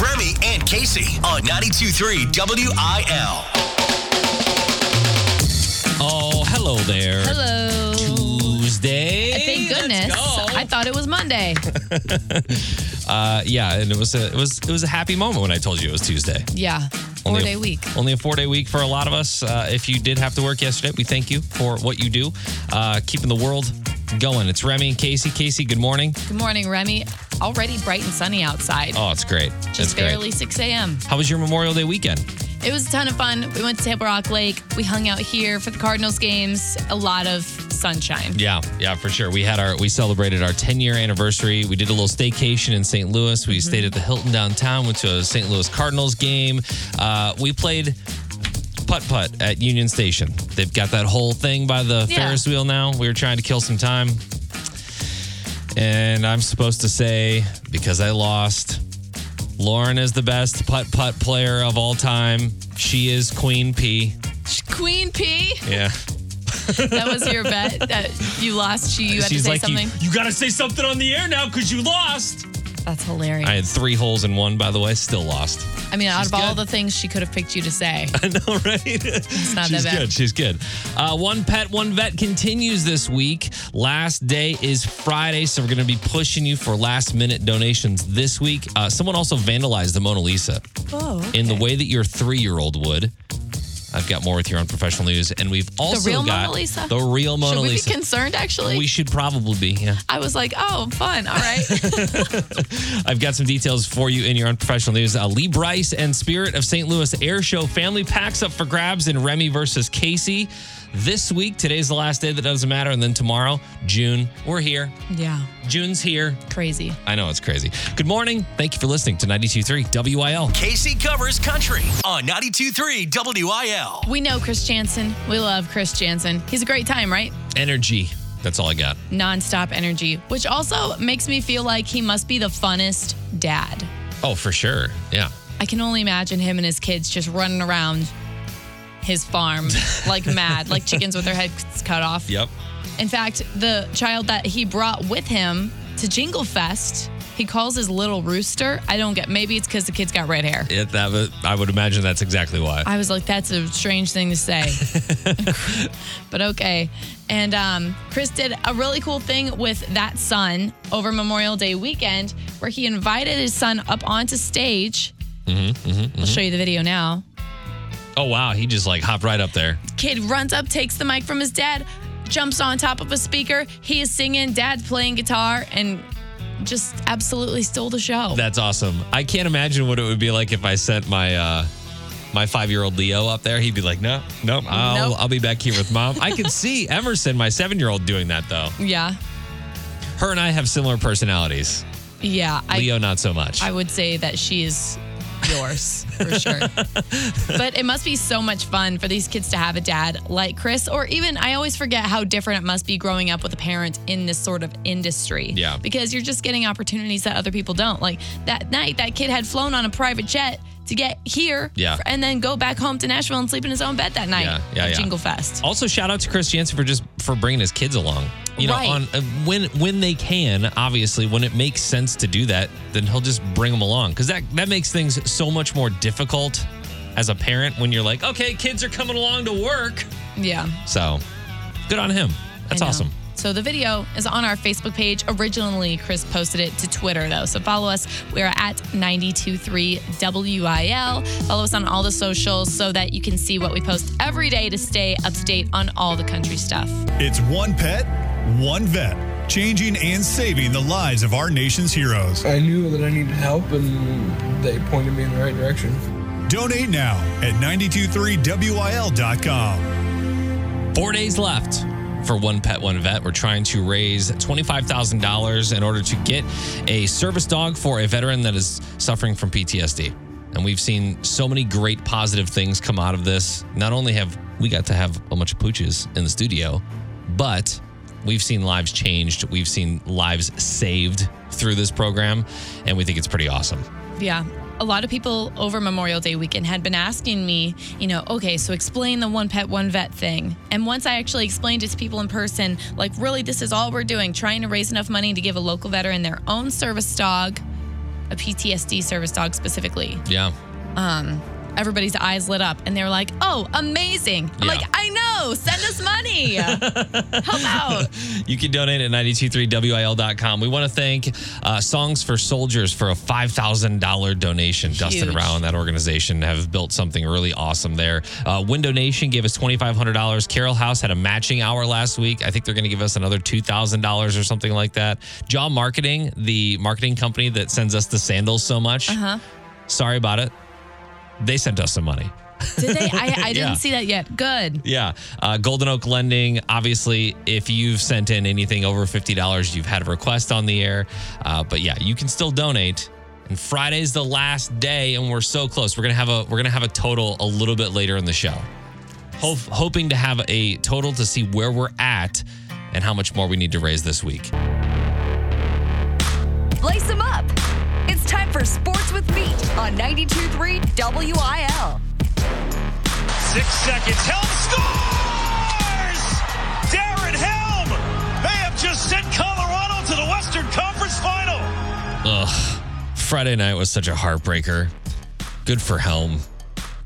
Remy, and Casey on 92.3 WIL. Oh, hello there. Hello. Tuesday. Thank Let's goodness. go. I thought it was Monday. uh, yeah, and it was a it was it was a happy moment when I told you it was Tuesday. Yeah. Four Only a- day week. Only a four day week for a lot of us. Uh, if you did have to work yesterday, we thank you for what you do, uh, keeping the world going. It's Remy and Casey. Casey, good morning. Good morning, Remy. Already bright and sunny outside. Oh, it's great. it's Just barely great. 6 a.m. How was your Memorial Day weekend? It was a ton of fun. We went to Table Rock Lake. We hung out here for the Cardinals games. A lot of sunshine. Yeah, yeah, for sure. We had our we celebrated our 10 year anniversary. We did a little staycation in St. Louis. We stayed at the Hilton downtown. Went to a St. Louis Cardinals game. Uh, we played putt putt at Union Station. They've got that whole thing by the Yeah. Ferris wheel now. We were trying to kill some time, and I'm supposed to say because I lost. Lauren is the best putt putt player of all time. She is Queen P. Queen P, Yeah. that was your bet that you lost. She, you had to say "You- something. you got to say something on the air now because you lost. That's hilarious. I I, had three holes in one, by the way. Still lost. mean, out of all good. the things she could have picked you to say, I know, right? It's not that She's bad. good. She's good. Uh, one pet, one vet continues this week. Last day is Friday, so we're going to be pushing you for last minute donations this week. Uh, someone also vandalized the Mona Lisa oh, in the way that your three year old would. I've got more with your unprofessional news, and we've also real got Mona Lisa? the real Mona should we be Lisa. concerned? Actually, we should probably be. Yeah. I was like, oh, fun. All right. I've got some details for you in your unprofessional news. Uh, Lee Bryce and Spirit of St. Louis Air Show family packs up for grabs in Remy versus Casey this week. Today's the last day that doesn't matter. And then tomorrow, June, we're here. yeah, June's here. crazy. I know it's crazy. Good morning. Thank you for listening to 92.3 WIL. Casey covers country on 92.3 WIL. We know Chris Jansen. We love Chris Jansen. He's a great time, right? Energy. That's all I got. Nonstop energy, which also makes me feel like he must be the funnest dad. Oh, for sure. Yeah. I can only imagine him and his kids just running around his farm like mad, like chickens with their heads cut off. Yep. In fact, the child that he brought with him to Jingle Fest, he calls his little rooster. I don't get. Maybe it's because the kid's got red hair. It, that, would- I would imagine that's exactly why. I was like, that's a strange thing to say. but okay. And um, Chris did a really cool thing with that son over Memorial Day weekend where he invited his son up onto stage. I'll show you the video now. oh, wow. He just like hopped right up there. Kid runs up, takes the mic from his dad, jumps on top of a speaker. He is singing, dad's playing guitar, and just absolutely stole the show. That's awesome. I can't imagine what it would be like if I sent my uh my five year old Leo up there. He'd be like, no, no, I'll, Nope. I'll be back here with mom. I could see Emerson, my seven year old, doing that though. yeah. Her and I have similar personalities. Yeah. I- Leo, not so much. I would say that she is yours for sure. but it must be so much fun for these kids to have a dad like Chris, or even I always forget how different it must be growing up with a parent in this sort of industry. Yeah. Because you're just getting opportunities that other people don't. Like that night, that kid had flown on a private jet to get here Yeah. and then go back home to Nashville and sleep in his own bed that night Yeah, yeah, at yeah. Jingle Fest. also, shout out to Chris Jansen for just for bringing his kids along. You know, Right. on uh, when when they can, obviously, when it makes sense to do that, then he'll just bring them along because that that makes things so much more difficult as a parent when you're like, okay, kids are coming along to work. Yeah. So good on him. That's I know. awesome. So the video is on our Facebook page. Originally, Chris posted it to Twitter, though. So follow us. We are at 923WIL. Follow us on all the socials so that you can see what we post every day to stay up to date on all the country stuff. It's one pet, one vet, changing and saving the lives of our nation's heroes. I knew that I needed help, and they pointed me in the right direction. Donate now at 923wil.com. Four days left for One Pet, One Vet. We're trying to raise $25,000 in order to get a service dog for a veteran that is suffering from PTSD. And we've seen so many great positive things come out of this. Not only have we got to have a bunch of pooches in the studio, but we've seen lives changed. We've seen lives saved through this program. And we think it's pretty awesome. Yeah. A lot of people over Memorial Day weekend had been asking me, you know, okay, so explain the one pet, one vet thing. And once I actually explained it to people in person, like, really, this is all we're doing, trying to raise enough money to give a local veteran their own service dog. a PTSD service dog specifically. Yeah. Everybody's eyes lit up and they were like, oh, amazing. I'm Yeah. like, I know, send us money. Help out. You can donate at 923wil.com. We want to thank uh, Songs for Soldiers for a $5,000 donation. Dustin Huge. Rao and that organization have built something really awesome there. Uh, Window Nation gave us $2,500. Carol House had a matching hour last week. I think they're going to give us another $2,000 or something like that. Jaw Marketing, the marketing company that sends us the sandals so much. Uh-huh. Sorry about it. They sent us some money. Did they? I, I didn't Yeah. see that yet. Good. Yeah. Uh, Golden Oak Lending. Obviously, if you've sent in anything over $50, you've had a request on the air. Uh, but yeah, you can still donate. And Friday's the last day, and we're so close. We're gonna have a we're gonna have a total a little bit later in the show. Ho- hoping to have a total to see where we're at and how much more we need to raise this week. Lace them up. It's time for Sports with Meat on 92.3 WIL. Six seconds. Helm scores! Darren Helm! They have just sent Colorado to the Western Conference Final. Ugh. Friday night was such a heartbreaker. Good for Helm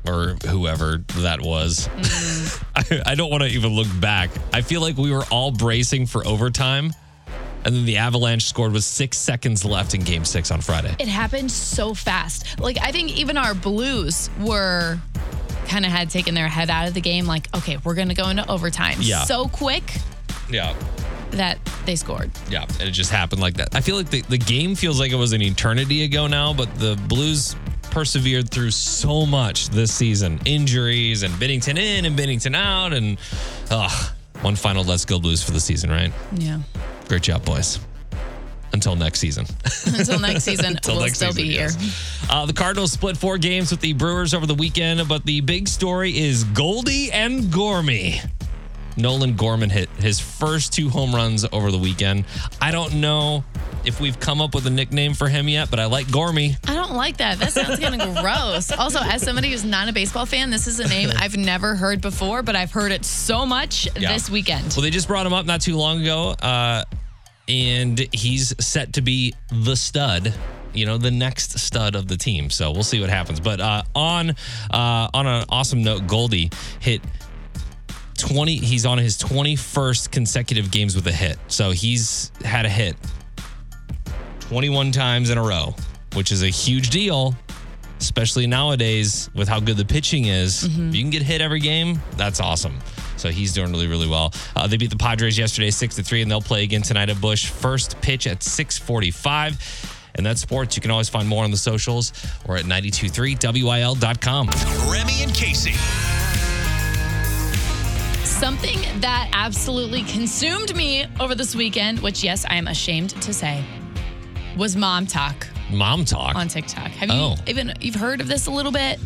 or whoever that was. I, I don't want to even look back. I feel like we were all bracing for overtime, and then the Avalanche scored with six seconds left in game six on Friday. It happened so fast. Like, I think even our Blues were kind of had taken their head out of the game. Like, okay, we're going to go into overtime. Yeah. So quick Yeah. that they scored. Yeah. And it just happened like that. I feel like the, the game feels like it was an eternity ago now, but the Blues persevered through so much this season injuries and Bennington in and Bennington out. And ugh, one final Let's Go Blues for the season, right? Yeah. Great job, boys. Until next season. Until next season, Until we'll next still be here. yes. Uh, the Cardinals split four games with the Brewers over the weekend, but the big story is Goldie and Gormy. Nolan Gorman hit his first two home runs over the weekend. I don't know if we've come up with a nickname for him yet, but I like Gormy. I don't like that. That sounds kind of gross. Also, as somebody who's not a baseball fan, this is a name I've never heard before, but I've heard it so much Yeah. this weekend. Well, they just brought him up not too long ago, uh, and he's set to be the stud. You know, the next stud of the team. So we'll see what happens. But uh, on uh, on an awesome note, Goldie hit. 20 he's on his 21st consecutive games with a hit so he's had a hit 21 times in a row which is a huge deal especially nowadays with how good the pitching is. Mm-hmm. If you can get hit every game, that's awesome. So he's doing really, really well. Uh, they beat the Padres yesterday, six to three, and they'll play again tonight at Bush. First pitch at 6:45. And that's sports. You can always find more on the socials or at 923wil.com. Remy and Casey. Something that absolutely consumed me over this weekend, which, yes, I am ashamed to say, was mom talk Mom talk. on TikTok. Have you Oh. even you've heard of this a little bit?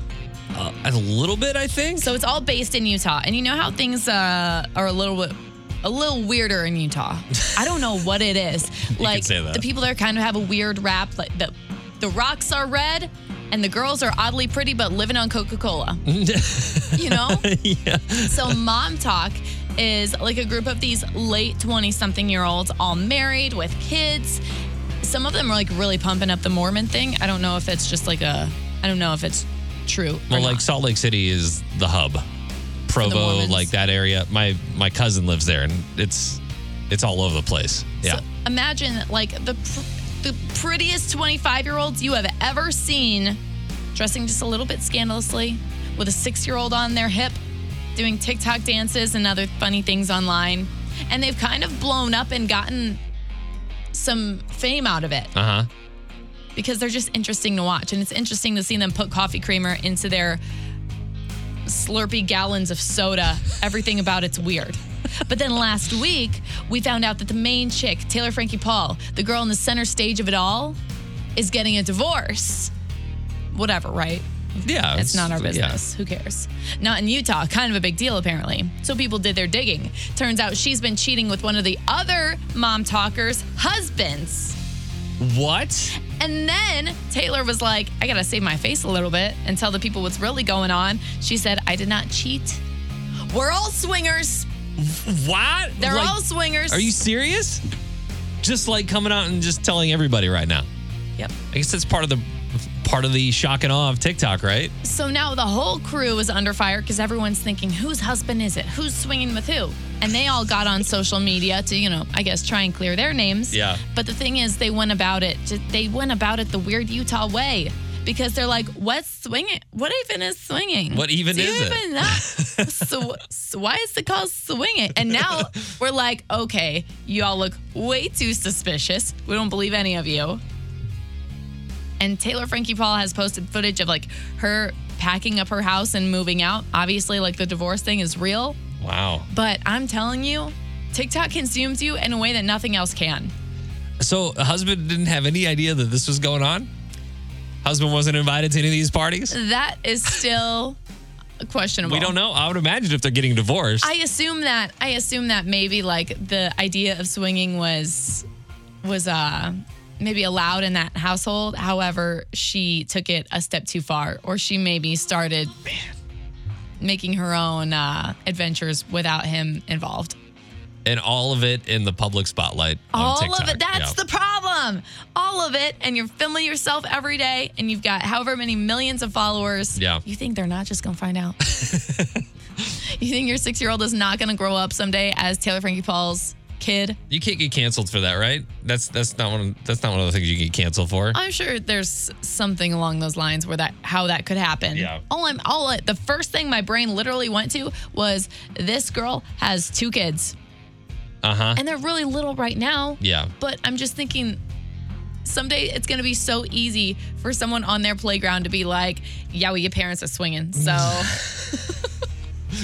Uh, a little bit, I think. So it's all based in Utah, and you know how things uh, are a little bit. A little weirder in Utah. I don't know what it is. like say that. the people there kind of have a weird rap. Like the the rocks are red, and the girls are oddly pretty but living on Coca Cola. you know. So mom talk is like a group of these late twenty something year olds, all married with kids. Some of them are like really pumping up the Mormon thing. I don't know if it's just like a. I don't know if it's true. or well, not. like Salt Lake City is the hub. Provo, Mormons. like that area. My my cousin lives there and it's it's all over the place. Yeah. So imagine like the pr- the prettiest 25 year olds you have ever seen, dressing just a little bit scandalously, with a six year old on their hip, doing TikTok dances and other funny things online, and they've kind of blown up and gotten some fame out of it uh-huh. because they're just interesting to watch, and it's interesting to see them put coffee creamer into their slurpy gallons of soda. Everything about it's weird. But then last week, we found out that the main chick, Taylor Frankie Paul, the girl in the center stage of it all, is getting a divorce. Whatever, right? Yeah. It's not our yeah. business. Who cares? Not in Utah. Kind of a big deal, apparently. So people did their digging. Turns out she's been cheating with one of the other mom talkers' husbands. What? And then Taylor was like, I gotta save my face a little bit and tell the people what's really going on. She said, I did not cheat. We're all swingers. What? They're Like, all swingers. Are you serious? Just like coming out and just telling everybody right now. Yep. I guess that's part of the part of the shock and awe of TikTok, right? So now the whole crew is under fire because everyone's thinking, whose husband is it? Who's swinging with who? And they all got on social media to, you know, I guess try and clear their names. Yeah. But the thing is, they went about it. They went about it the weird Utah way because they're like, what's swinging? What even is swinging? What even Do you is it? even know? so, so why is it called swing it? And now we're like, okay, y'all look way too suspicious. We don't believe any of you. And Taylor Frankie Paul has posted footage of like her packing up her house and moving out. Obviously, like the divorce thing is real, Wow. but I'm telling you, TikTok consumes you in a way that nothing else can. So the husband didn't have any idea that this was going on. Husband wasn't invited to any of these parties. That is still questionable. We don't know. I would imagine if they're getting divorced. I assume that I assume that maybe like the idea of swinging was was uh maybe allowed in that household. However, she took it a step too far or she maybe started making her own uh adventures without him involved. and all of it in the public spotlight. on All TikTok. of it. That's Yeah. the problem. All of it and you're filming yourself every day and you've got however many millions of followers. Yeah. You think they're not just going to find out? you think your 6-year-old is not going to grow up someday as Taylor Frankie Paul's kid? You can't get canceled for that, right? That's that's not one. Of, that's not one of the things you get canceled for. I'm sure there's something along those lines where that how that could happen. Yeah. All I'm all I- the first thing my brain literally went to was this girl has two kids. Uh huh. And they're really little right now. Yeah. But I'm just thinking someday it's going to be so easy for someone on their playground to be like, yeah, well, your parents are swinging. So,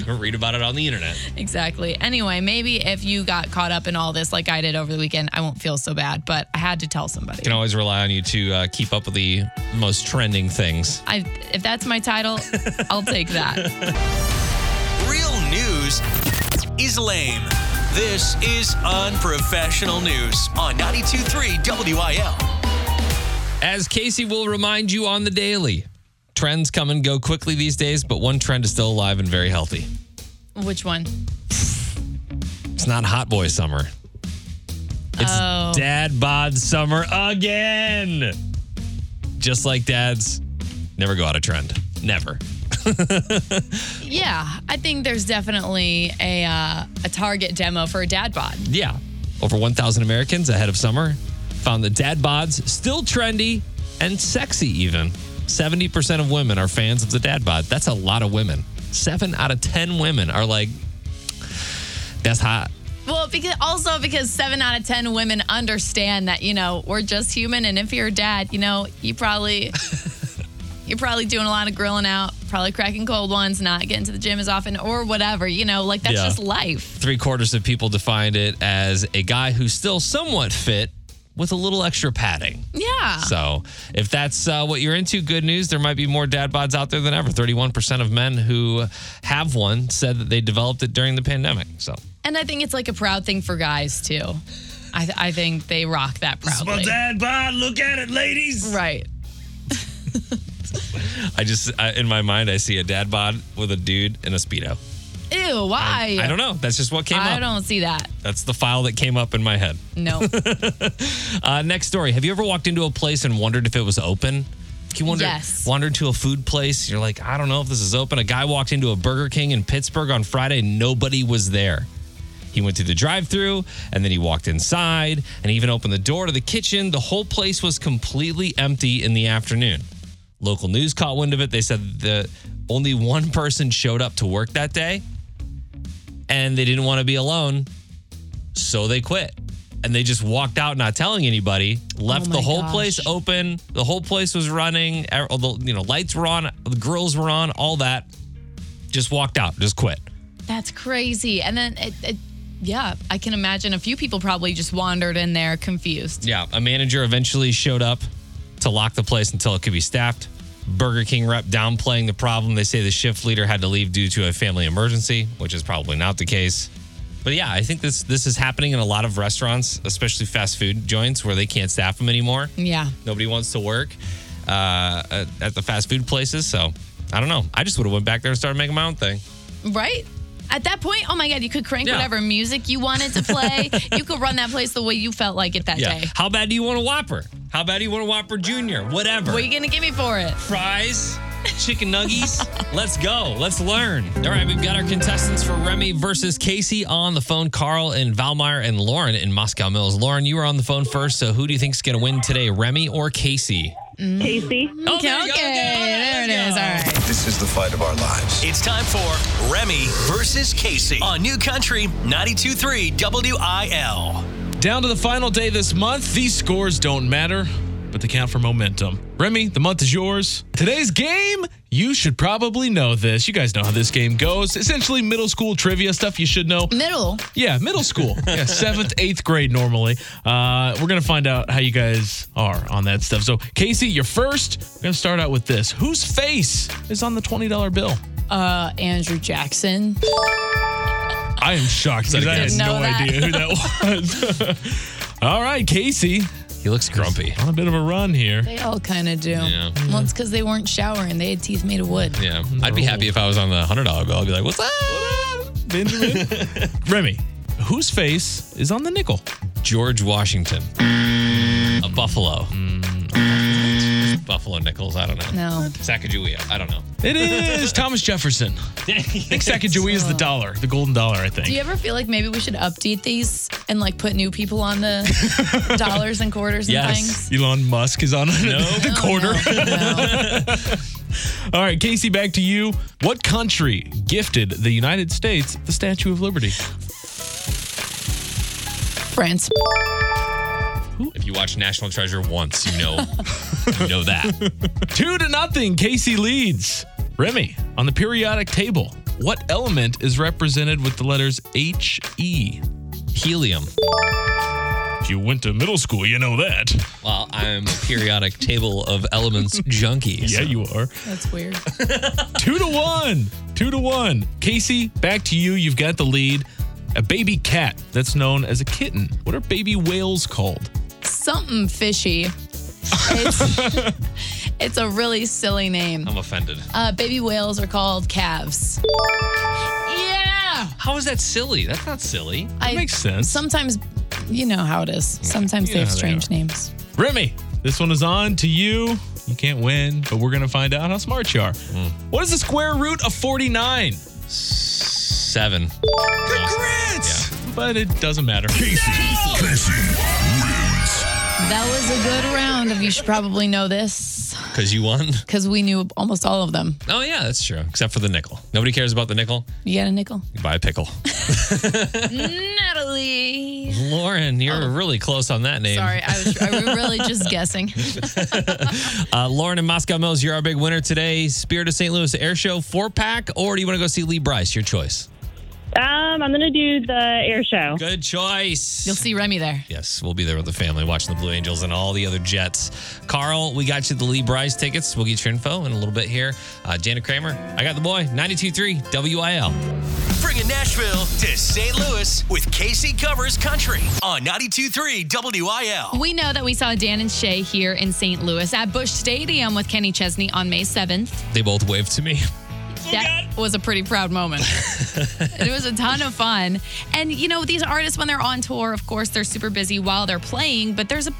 Read about it on the internet. exactly. Anyway, maybe if you got caught up in all this like I did over the weekend, I won't feel so bad, but I had to tell somebody. You can always rely on you to uh, keep up with the most trending things. I, if that's my title, I'll take that. Real news is lame. This is unprofessional news on 92.3 WIL. As Casey will remind you on the daily, trends come and go quickly these days, but one trend is still alive and very healthy. Which one? It's not hot boy summer. It's Oh. dad bod summer again. Just like dads never go out of trend. Never. Yeah, I think there's definitely a uh, a target demo for a dad bod. Yeah. Over 1,000 Americans ahead of summer found that dad bods still trendy and sexy, even. 70% of women are fans of the dad bod. That's a lot of women. Seven out of 10 women are like, that's hot. Well, because also because seven out of ten women understand that you know we're just human, and if you're a dad, you know you probably you're probably doing a lot of grilling out, probably cracking cold ones, not getting to the gym as often, or whatever. You know, like that's Yeah. just life. Three quarters of people defined it as a guy who's still somewhat fit with a little extra padding. Yeah. So, if that's uh, what you're into, good news. There might be more dad bods out there than ever. 31% of men who have one said that they developed it during the pandemic. So, and I think it's like a proud thing for guys too. I th- I think they rock that proudly. dad bod. Look at it, ladies. Right. I just, I, in my mind, I see a dad bod with a dude in a Speedo. Ew. Why? I don't know. That's just what came I up. don't see that. That's the file that came up in my head. No. Uh, next story. Have you ever walked into a place and wondered if it was open? If You wonder, Yes. wandered to a food place. You're like, I don't know if this is open. A guy walked into a Burger King in Pittsburgh on Friday. and Nobody was there. He went through the drive-through and then he walked inside and he even opened the door to the kitchen. The whole place was completely empty in the afternoon. Local news caught wind of it. They said that only one person showed up to work that day and they didn't want to be alone, so they quit. And they just walked out, not telling anybody. Left Oh my the whole gosh. place open. The whole place was running. er- all The you know lights were on. The grills were on. All that. Just walked out. Just quit. That's crazy. And then it, it yeah, I can imagine a few people probably just wandered in there confused. Yeah, a manager eventually showed up to lock the place until it could be staffed. Burger King rep downplaying the problem. They say the shift leader had to leave due to a family emergency, which is probably not the case. But yeah, I think this this is happening in a lot of restaurants, especially fast food joints, where they can't staff them anymore. Yeah. Nobody wants to work uh, at- at the fast food places. So I don't know. I just would have went back there and started making my own thing. Right? At that point, oh my God, you could crank Yeah. whatever music you wanted to play. you could run that place the way you felt like it that Yeah. day. How bad do you want a Whopper? How bad do you want a Whopper Junior? Whatever. What are you going to give me for it? fries, chicken nuggies. Let's go. Let's learn. All right, we've got our contestants for Remy versus Casey on the phone. Carl and Valmeyer and Lauren in Moscow Mills. Lauren, you were on the phone first, so who do you think's going to win today, Remy or Casey? Casey. Oh, there okay, you go. Okay, there it let's is. go. All right. This is the fight of our lives. It's time for Remy versus Casey on New Country 923 WIL. Down to the final day this month, these scores don't matter, but they count for momentum. Remy, the month is yours. Today's game, you should probably know this. You guys know how this game goes. Essentially, middle school trivia stuff you should know. Middle. Yeah, middle school. Yeah, seventh, eighth grade normally. Uh, we're going to find out how you guys are on that stuff. So, Casey, you're first. We're going to start out with this. Whose face is on the $20 bill? Uh, Andrew Jackson. I am shocked that I had Didn't know no that. idea who that was. All right, Casey. He looks grumpy. On a bit of a run here. They all kind of do. Yeah. Well, it's because they weren't showering. They had teeth made of wood. Yeah. I'd be happy if I was on the $100 bill. I'd be like, what's up? Benjamin. Remy, whose face is on the nickel? George Washington. A buffalo. Mm. Buffalo nickels. I don't know. No. Sacagawea. I don't know. It is Thomas Jefferson. I think Sacagawea is the dollar, the golden dollar, I Do you think. ever feel like maybe we should update these and like put new people on the dollars and quarters and Yes. things? Elon Musk is on the quarter. No. All right, Casey, back to you. What country gifted the United States the Statue of Liberty? France. If you watch National Treasure once, you know, you know that. Two to nothing. Casey leads. Remy, on the periodic table, what element is represented with the letters H E? Helium. If you went to middle school, you know that. Well, I'm a periodic table of elements junkie. Yeah, so- you are. That's weird. Two to one. Two to one. Casey, back to you. You've got the lead. A baby cat that's known as a kitten. What are baby whales called? Something fishy. It's, it's a really silly name. I'm offended. Uh, baby whales are called calves. Yeah. How is that silly? That's not silly. I, makes sense. Sometimes, you know how it is. Sometimes they Yeah, have they strange are. names. Remy, this one is on to you. You can't win, but we're going to find out how smart you are. What is the square root of 49? Seven. Congrats! But it doesn't matter. That was a good round of you should probably know this Because you won. because we knew almost all of them. Oh, yeah, that's true. Except for the nickel. Nobody cares about the nickel. You got a nickel? You buy a pickle. Natalie. Lauren, you're really close on that name. Sorry, I was, I was really just guessing. Uh, Lauren and Moscow Mills, you're our big winner today. Spirit of St. Louis Air Show four pack, or do you want to go see Lee Bryce? Your choice. Um, I'm gonna do the air show. Good choice. You'll see Remy there. Yes, we'll be there with the family watching the Blue Angels and all the other Jets. Carl, we got you the Lee Bryce tickets. We'll get your info in a little bit here. Uh, Janet Kramer, I got the boy, 92.3 WIL. Bringing Nashville to St. Louis with Casey Covers Country on 923 WIL. We know that we saw Dan and Shay here in St. Louis at Bush Stadium with Kenny Chesney on May 7th. They both waved to me. That- was a pretty proud moment. it was a ton of fun. And, you know, these artists, when they're on tour, of course, they're super busy while they're playing, but there's a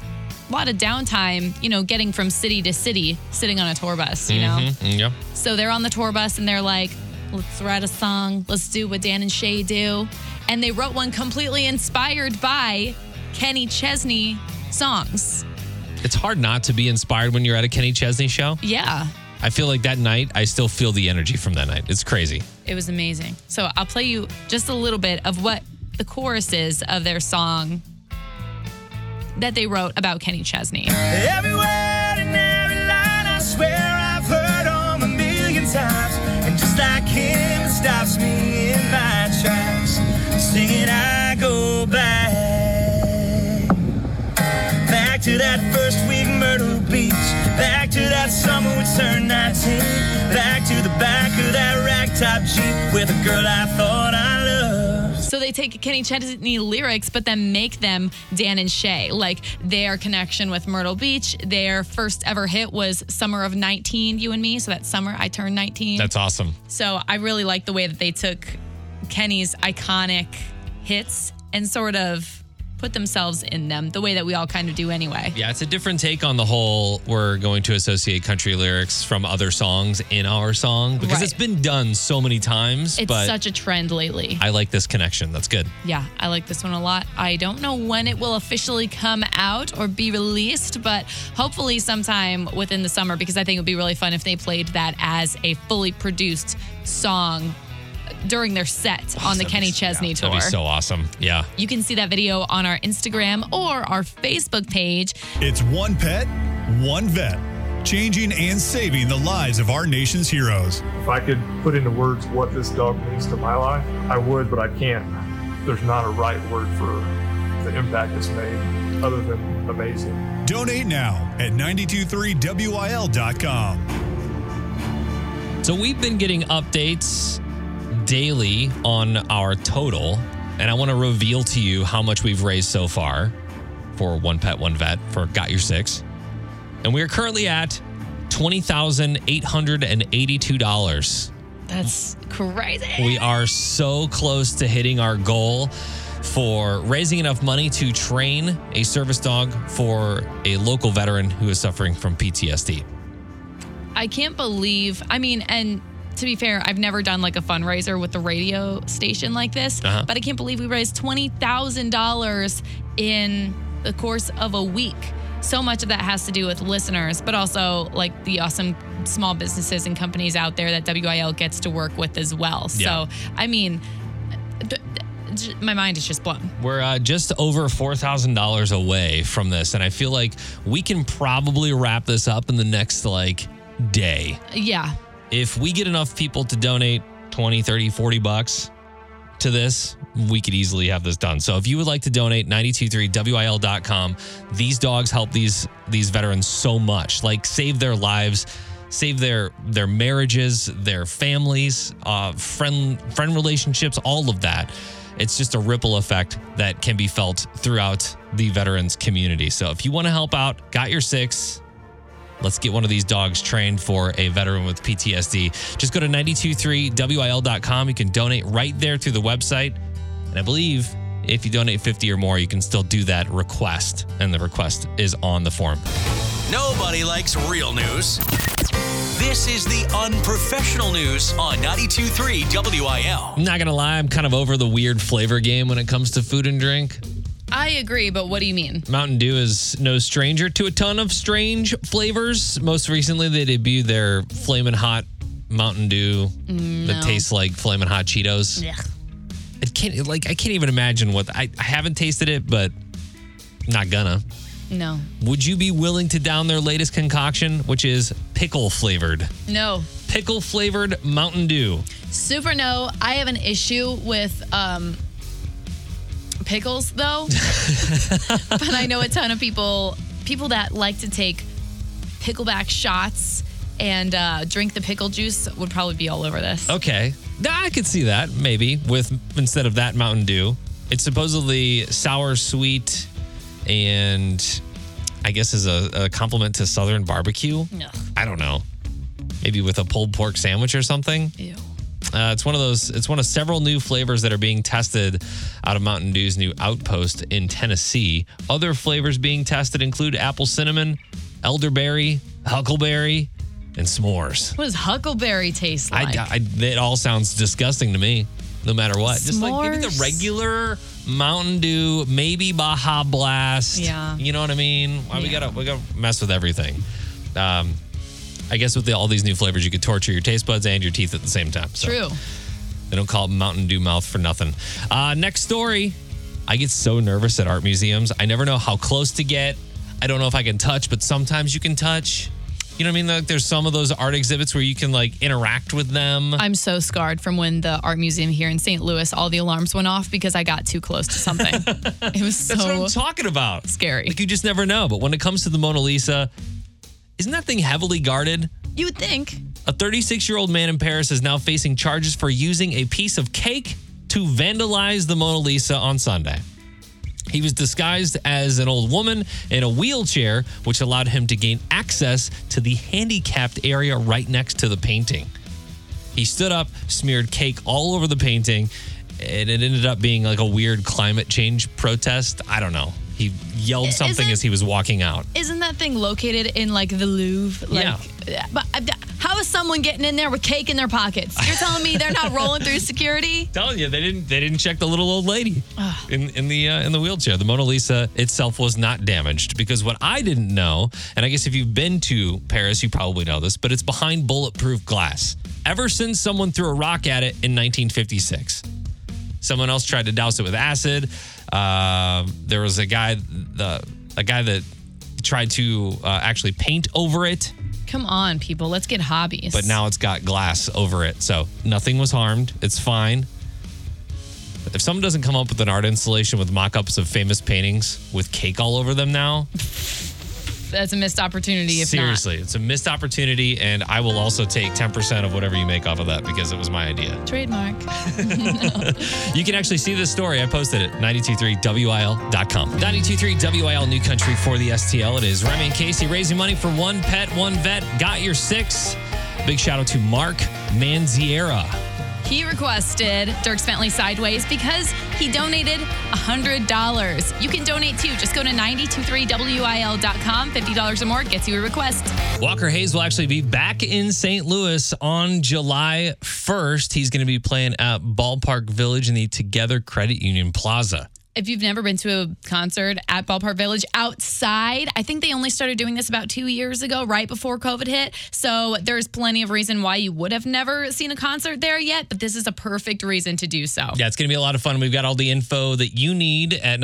lot of downtime, you know, getting from city to city, sitting on a tour bus, you know? Mm, yeah. So they're on the tour bus and they're like, let's write a song. Let's do what Dan and Shay do. And they wrote one completely inspired by Kenny Chesney songs. It's hard not to be inspired when you're at a Kenny Chesney show. Yeah. I feel like that night, I still feel the energy from that night. It's crazy. It was amazing. So I'll play you just a little bit of what the chorus is of their song that they wrote about Kenny Chesney. Every word and every line I swear I've heard on a million times. And just like him, it stops me in my tracks. Singing, I go back. Back to that first week Myrtle Beach. Back to that summer we turned 19. Back to the back of that ragtop Jeep with a girl I thought I loved. So they take Kenny Chesney lyrics, but then make them Dan and Shay. Like their connection with Myrtle Beach, their first ever hit was Summer of 19, You and Me. So that summer I turned 19. That's awesome. so I really like the way that they took Kenny's iconic hits and sort of put themselves in them the way that we all kind of do anyway. Yeah, it's a different take on the whole. We're going to associate country lyrics from other songs in our song because Right. it's been done so many times. It's but such a trend lately. I like this connection. That's good. Yeah, I like this one a lot. I don't know when it will officially come out or be released, but hopefully sometime within the summer because I think it would be really fun if they played that as a fully produced song during their set on the Kenny Chesney tour. That'd be so awesome. Yeah. you can see that video on our Instagram or our Facebook page. It's one pet, one vet, changing and saving the lives of our nation's heroes. If I could put into words what this dog means to my life, I would, but I can't. There's not a right word for the impact it's made other than amazing. Donate now at 923wil.com. So we've been getting updates daily on our total, and I want to reveal to you how much we've raised so far for One Pet, One Vet for Got Your Six. And we are currently at $20,882. That's crazy. We are so close to hitting our goal for raising enough money to train a service dog for a local veteran who is suffering from PTSD. I can't believe. I mean, and to be fair, I've never done like a fundraiser with the radio station like this, Uh-huh. but I can't believe we raised twenty thousand dollars in the course of a week. So much of that has to do with listeners, but also like the awesome small businesses and companies out there that WIL gets to work with as well. Yeah. So, I mean, th- th- my mind is just blown. We're uh, just over $4,000 away from this. And I feel like we can probably wrap this up in the next like day. Yeah. If we get enough people to donate 20, 30, 40 bucks to this, we could easily have this done. So if you would like to donate 923wil.com, these dogs help these these veterans so much. Like save their lives, save their their marriages, their families, uh friend friend relationships, all of that. It's just a ripple effect that can be felt throughout the veterans community. So if you want to help out, got your 6 Let's get one of these dogs trained for a veteran with PTSD. Just go to 923wil.com. You can donate right there through the website. And I believe if you donate 50 or more, you can still do that request. And the request is on the form. Nobody likes real news. This is the unprofessional news on 92.3 WIL. I'm not going to lie, I'm kind of over the weird flavor game when it comes to food and drink. I agree, but what do you mean? Mountain Dew is no stranger to a ton of strange flavors. Most recently, they debuted their Flamin' Hot Mountain Dew that tastes like Flamin' Hot Cheetos. It can't like I can't even imagine what I, I haven't tasted it, but not gonna. No. Would you be willing to down their latest concoction, which is pickle flavored? No. Pickle flavored Mountain Dew. Super no. I have an issue with um, pickles though. but I know a ton of people people that like to take pickleback shots and uh, drink the pickle juice would probably be all over this. Okay. Nah, I could see that maybe with instead of that Mountain Dew. It's supposedly sour, sweet, and I guess is a, a compliment to Southern barbecue. No. I don't know. Maybe with a pulled pork sandwich or something. Ew. Uh, it's one of those. It's one of several new flavors that are being tested out of Mountain Dew's new outpost in Tennessee. Other flavors being tested include apple cinnamon, elderberry, huckleberry, and s'mores. What does huckleberry taste I, like? I- it all sounds disgusting to me, no matter what. Just like give me the S'mores? regular Mountain Dew, maybe Baja Blast. Yeah. You know what I mean? Why we gotta we gotta mess with everything. Um, I guess with the, all these new flavors, you could torture your taste buds and your teeth at the same time. So. True. They don't call it Mountain Dew mouth for nothing. Uh, next story. I get so nervous at art museums. I never know how close to get. I don't know if I can touch, but sometimes you can touch. You know what I mean? Like there's some of those art exhibits where you can like interact with them. I'm so scarred from when the art museum here in St. Louis, all the alarms went off because I got too close to something. it was so That's what I'm talking about. scary. Like you just never know. But when it comes to the Mona Lisa, isn't that thing heavily guarded? you would think. A 36 year old man in Paris is now facing charges for using a piece of cake to vandalize the Mona Lisa on Sunday. He was disguised as an old woman in a wheelchair, which allowed him to gain access to the handicapped area right next to the painting. He stood up, smeared cake all over the painting, and it ended up being like a weird climate change protest. I don't know. He yelled something as he was walking out. Isn't that thing located in like the Louvre? Like, yeah. But I- how is someone getting in there with cake in their pockets? You're telling me they're not rolling through security? Telling you, they didn't they didn't check the little old lady in in the uh, in the wheelchair. The Mona Lisa itself was not damaged because what I didn't know, and I guess if you've been to Paris, you probably know this, but it's behind bulletproof glass. Ever since someone threw a rock at it in 1956, someone else tried to douse it with acid. Uh, there was a guy the a guy that tried to uh, actually paint over it Come on, people. Let's get hobbies. but now it's got glass over it. So nothing was harmed. It's fine. If someone doesn't come up with an art installation with mock ups of famous paintings with cake all over them now, that's a missed opportunity. If seriously, it's a missed opportunity. And I will also take 10% of whatever you make off of that because it was my idea. not, trademark. You can actually see this story. I posted it 923wil.com. 923wil New Country for the STL. It is Remy and Casey raising money for one pet, one vet. Got your six. Big shout out to Mark Manziera. He requested Dirk Bentley Sideways because he donated $100. You can donate too. Just go to 923wil.com. $50 or more gets you a request. Walker Hayes will actually be back in St. Louis on July 1st. He's going to be playing at Ballpark Village in the Together Credit Union Plaza. If you've never been to a concert at Ballpark Village outside, I think they only started doing this about two years ago, right before COVID hit. So there's plenty of reason why you would have never seen a concert there yet, but this is a perfect reason to do so. Yeah, it's going to be a lot of fun. We've got all the info that you need at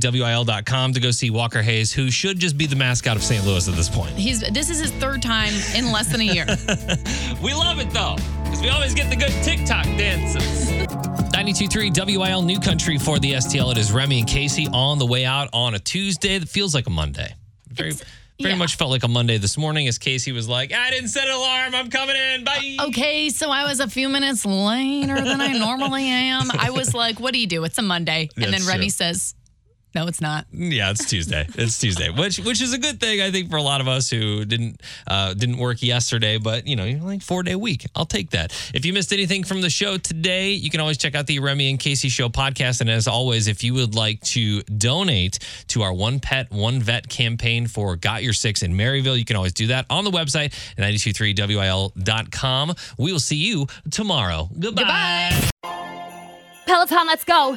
923wil.com to go see Walker Hayes, who should just be the mascot of St. Louis at this point. He's this is his third time in less than a year. We love it though, because we always get the good TikTok dances. 923 WIL New Country for the STL. It is Remy and Casey on the way out on a Tuesday that feels like a Monday. Very, very much felt like a Monday this morning as Casey was like, I didn't set an alarm. I'm coming in. Bye. Okay, so I was a few minutes later than I normally am. I was like, what do you do? It's a Monday. And That's then Remy true. says, no, it's not. Yeah, it's Tuesday. It's Tuesday, which which is a good thing I think for a lot of us who didn't uh, didn't work yesterday. But you know, you're like four day week. I'll take that. If you missed anything from the show today, you can always check out the Remy and Casey Show podcast. And as always, if you would like to donate to our One Pet One Vet campaign for Got Your Six in Maryville, you can always do that on the website at 923wil.com. We will see you tomorrow. Goodbye. Peloton, let's go!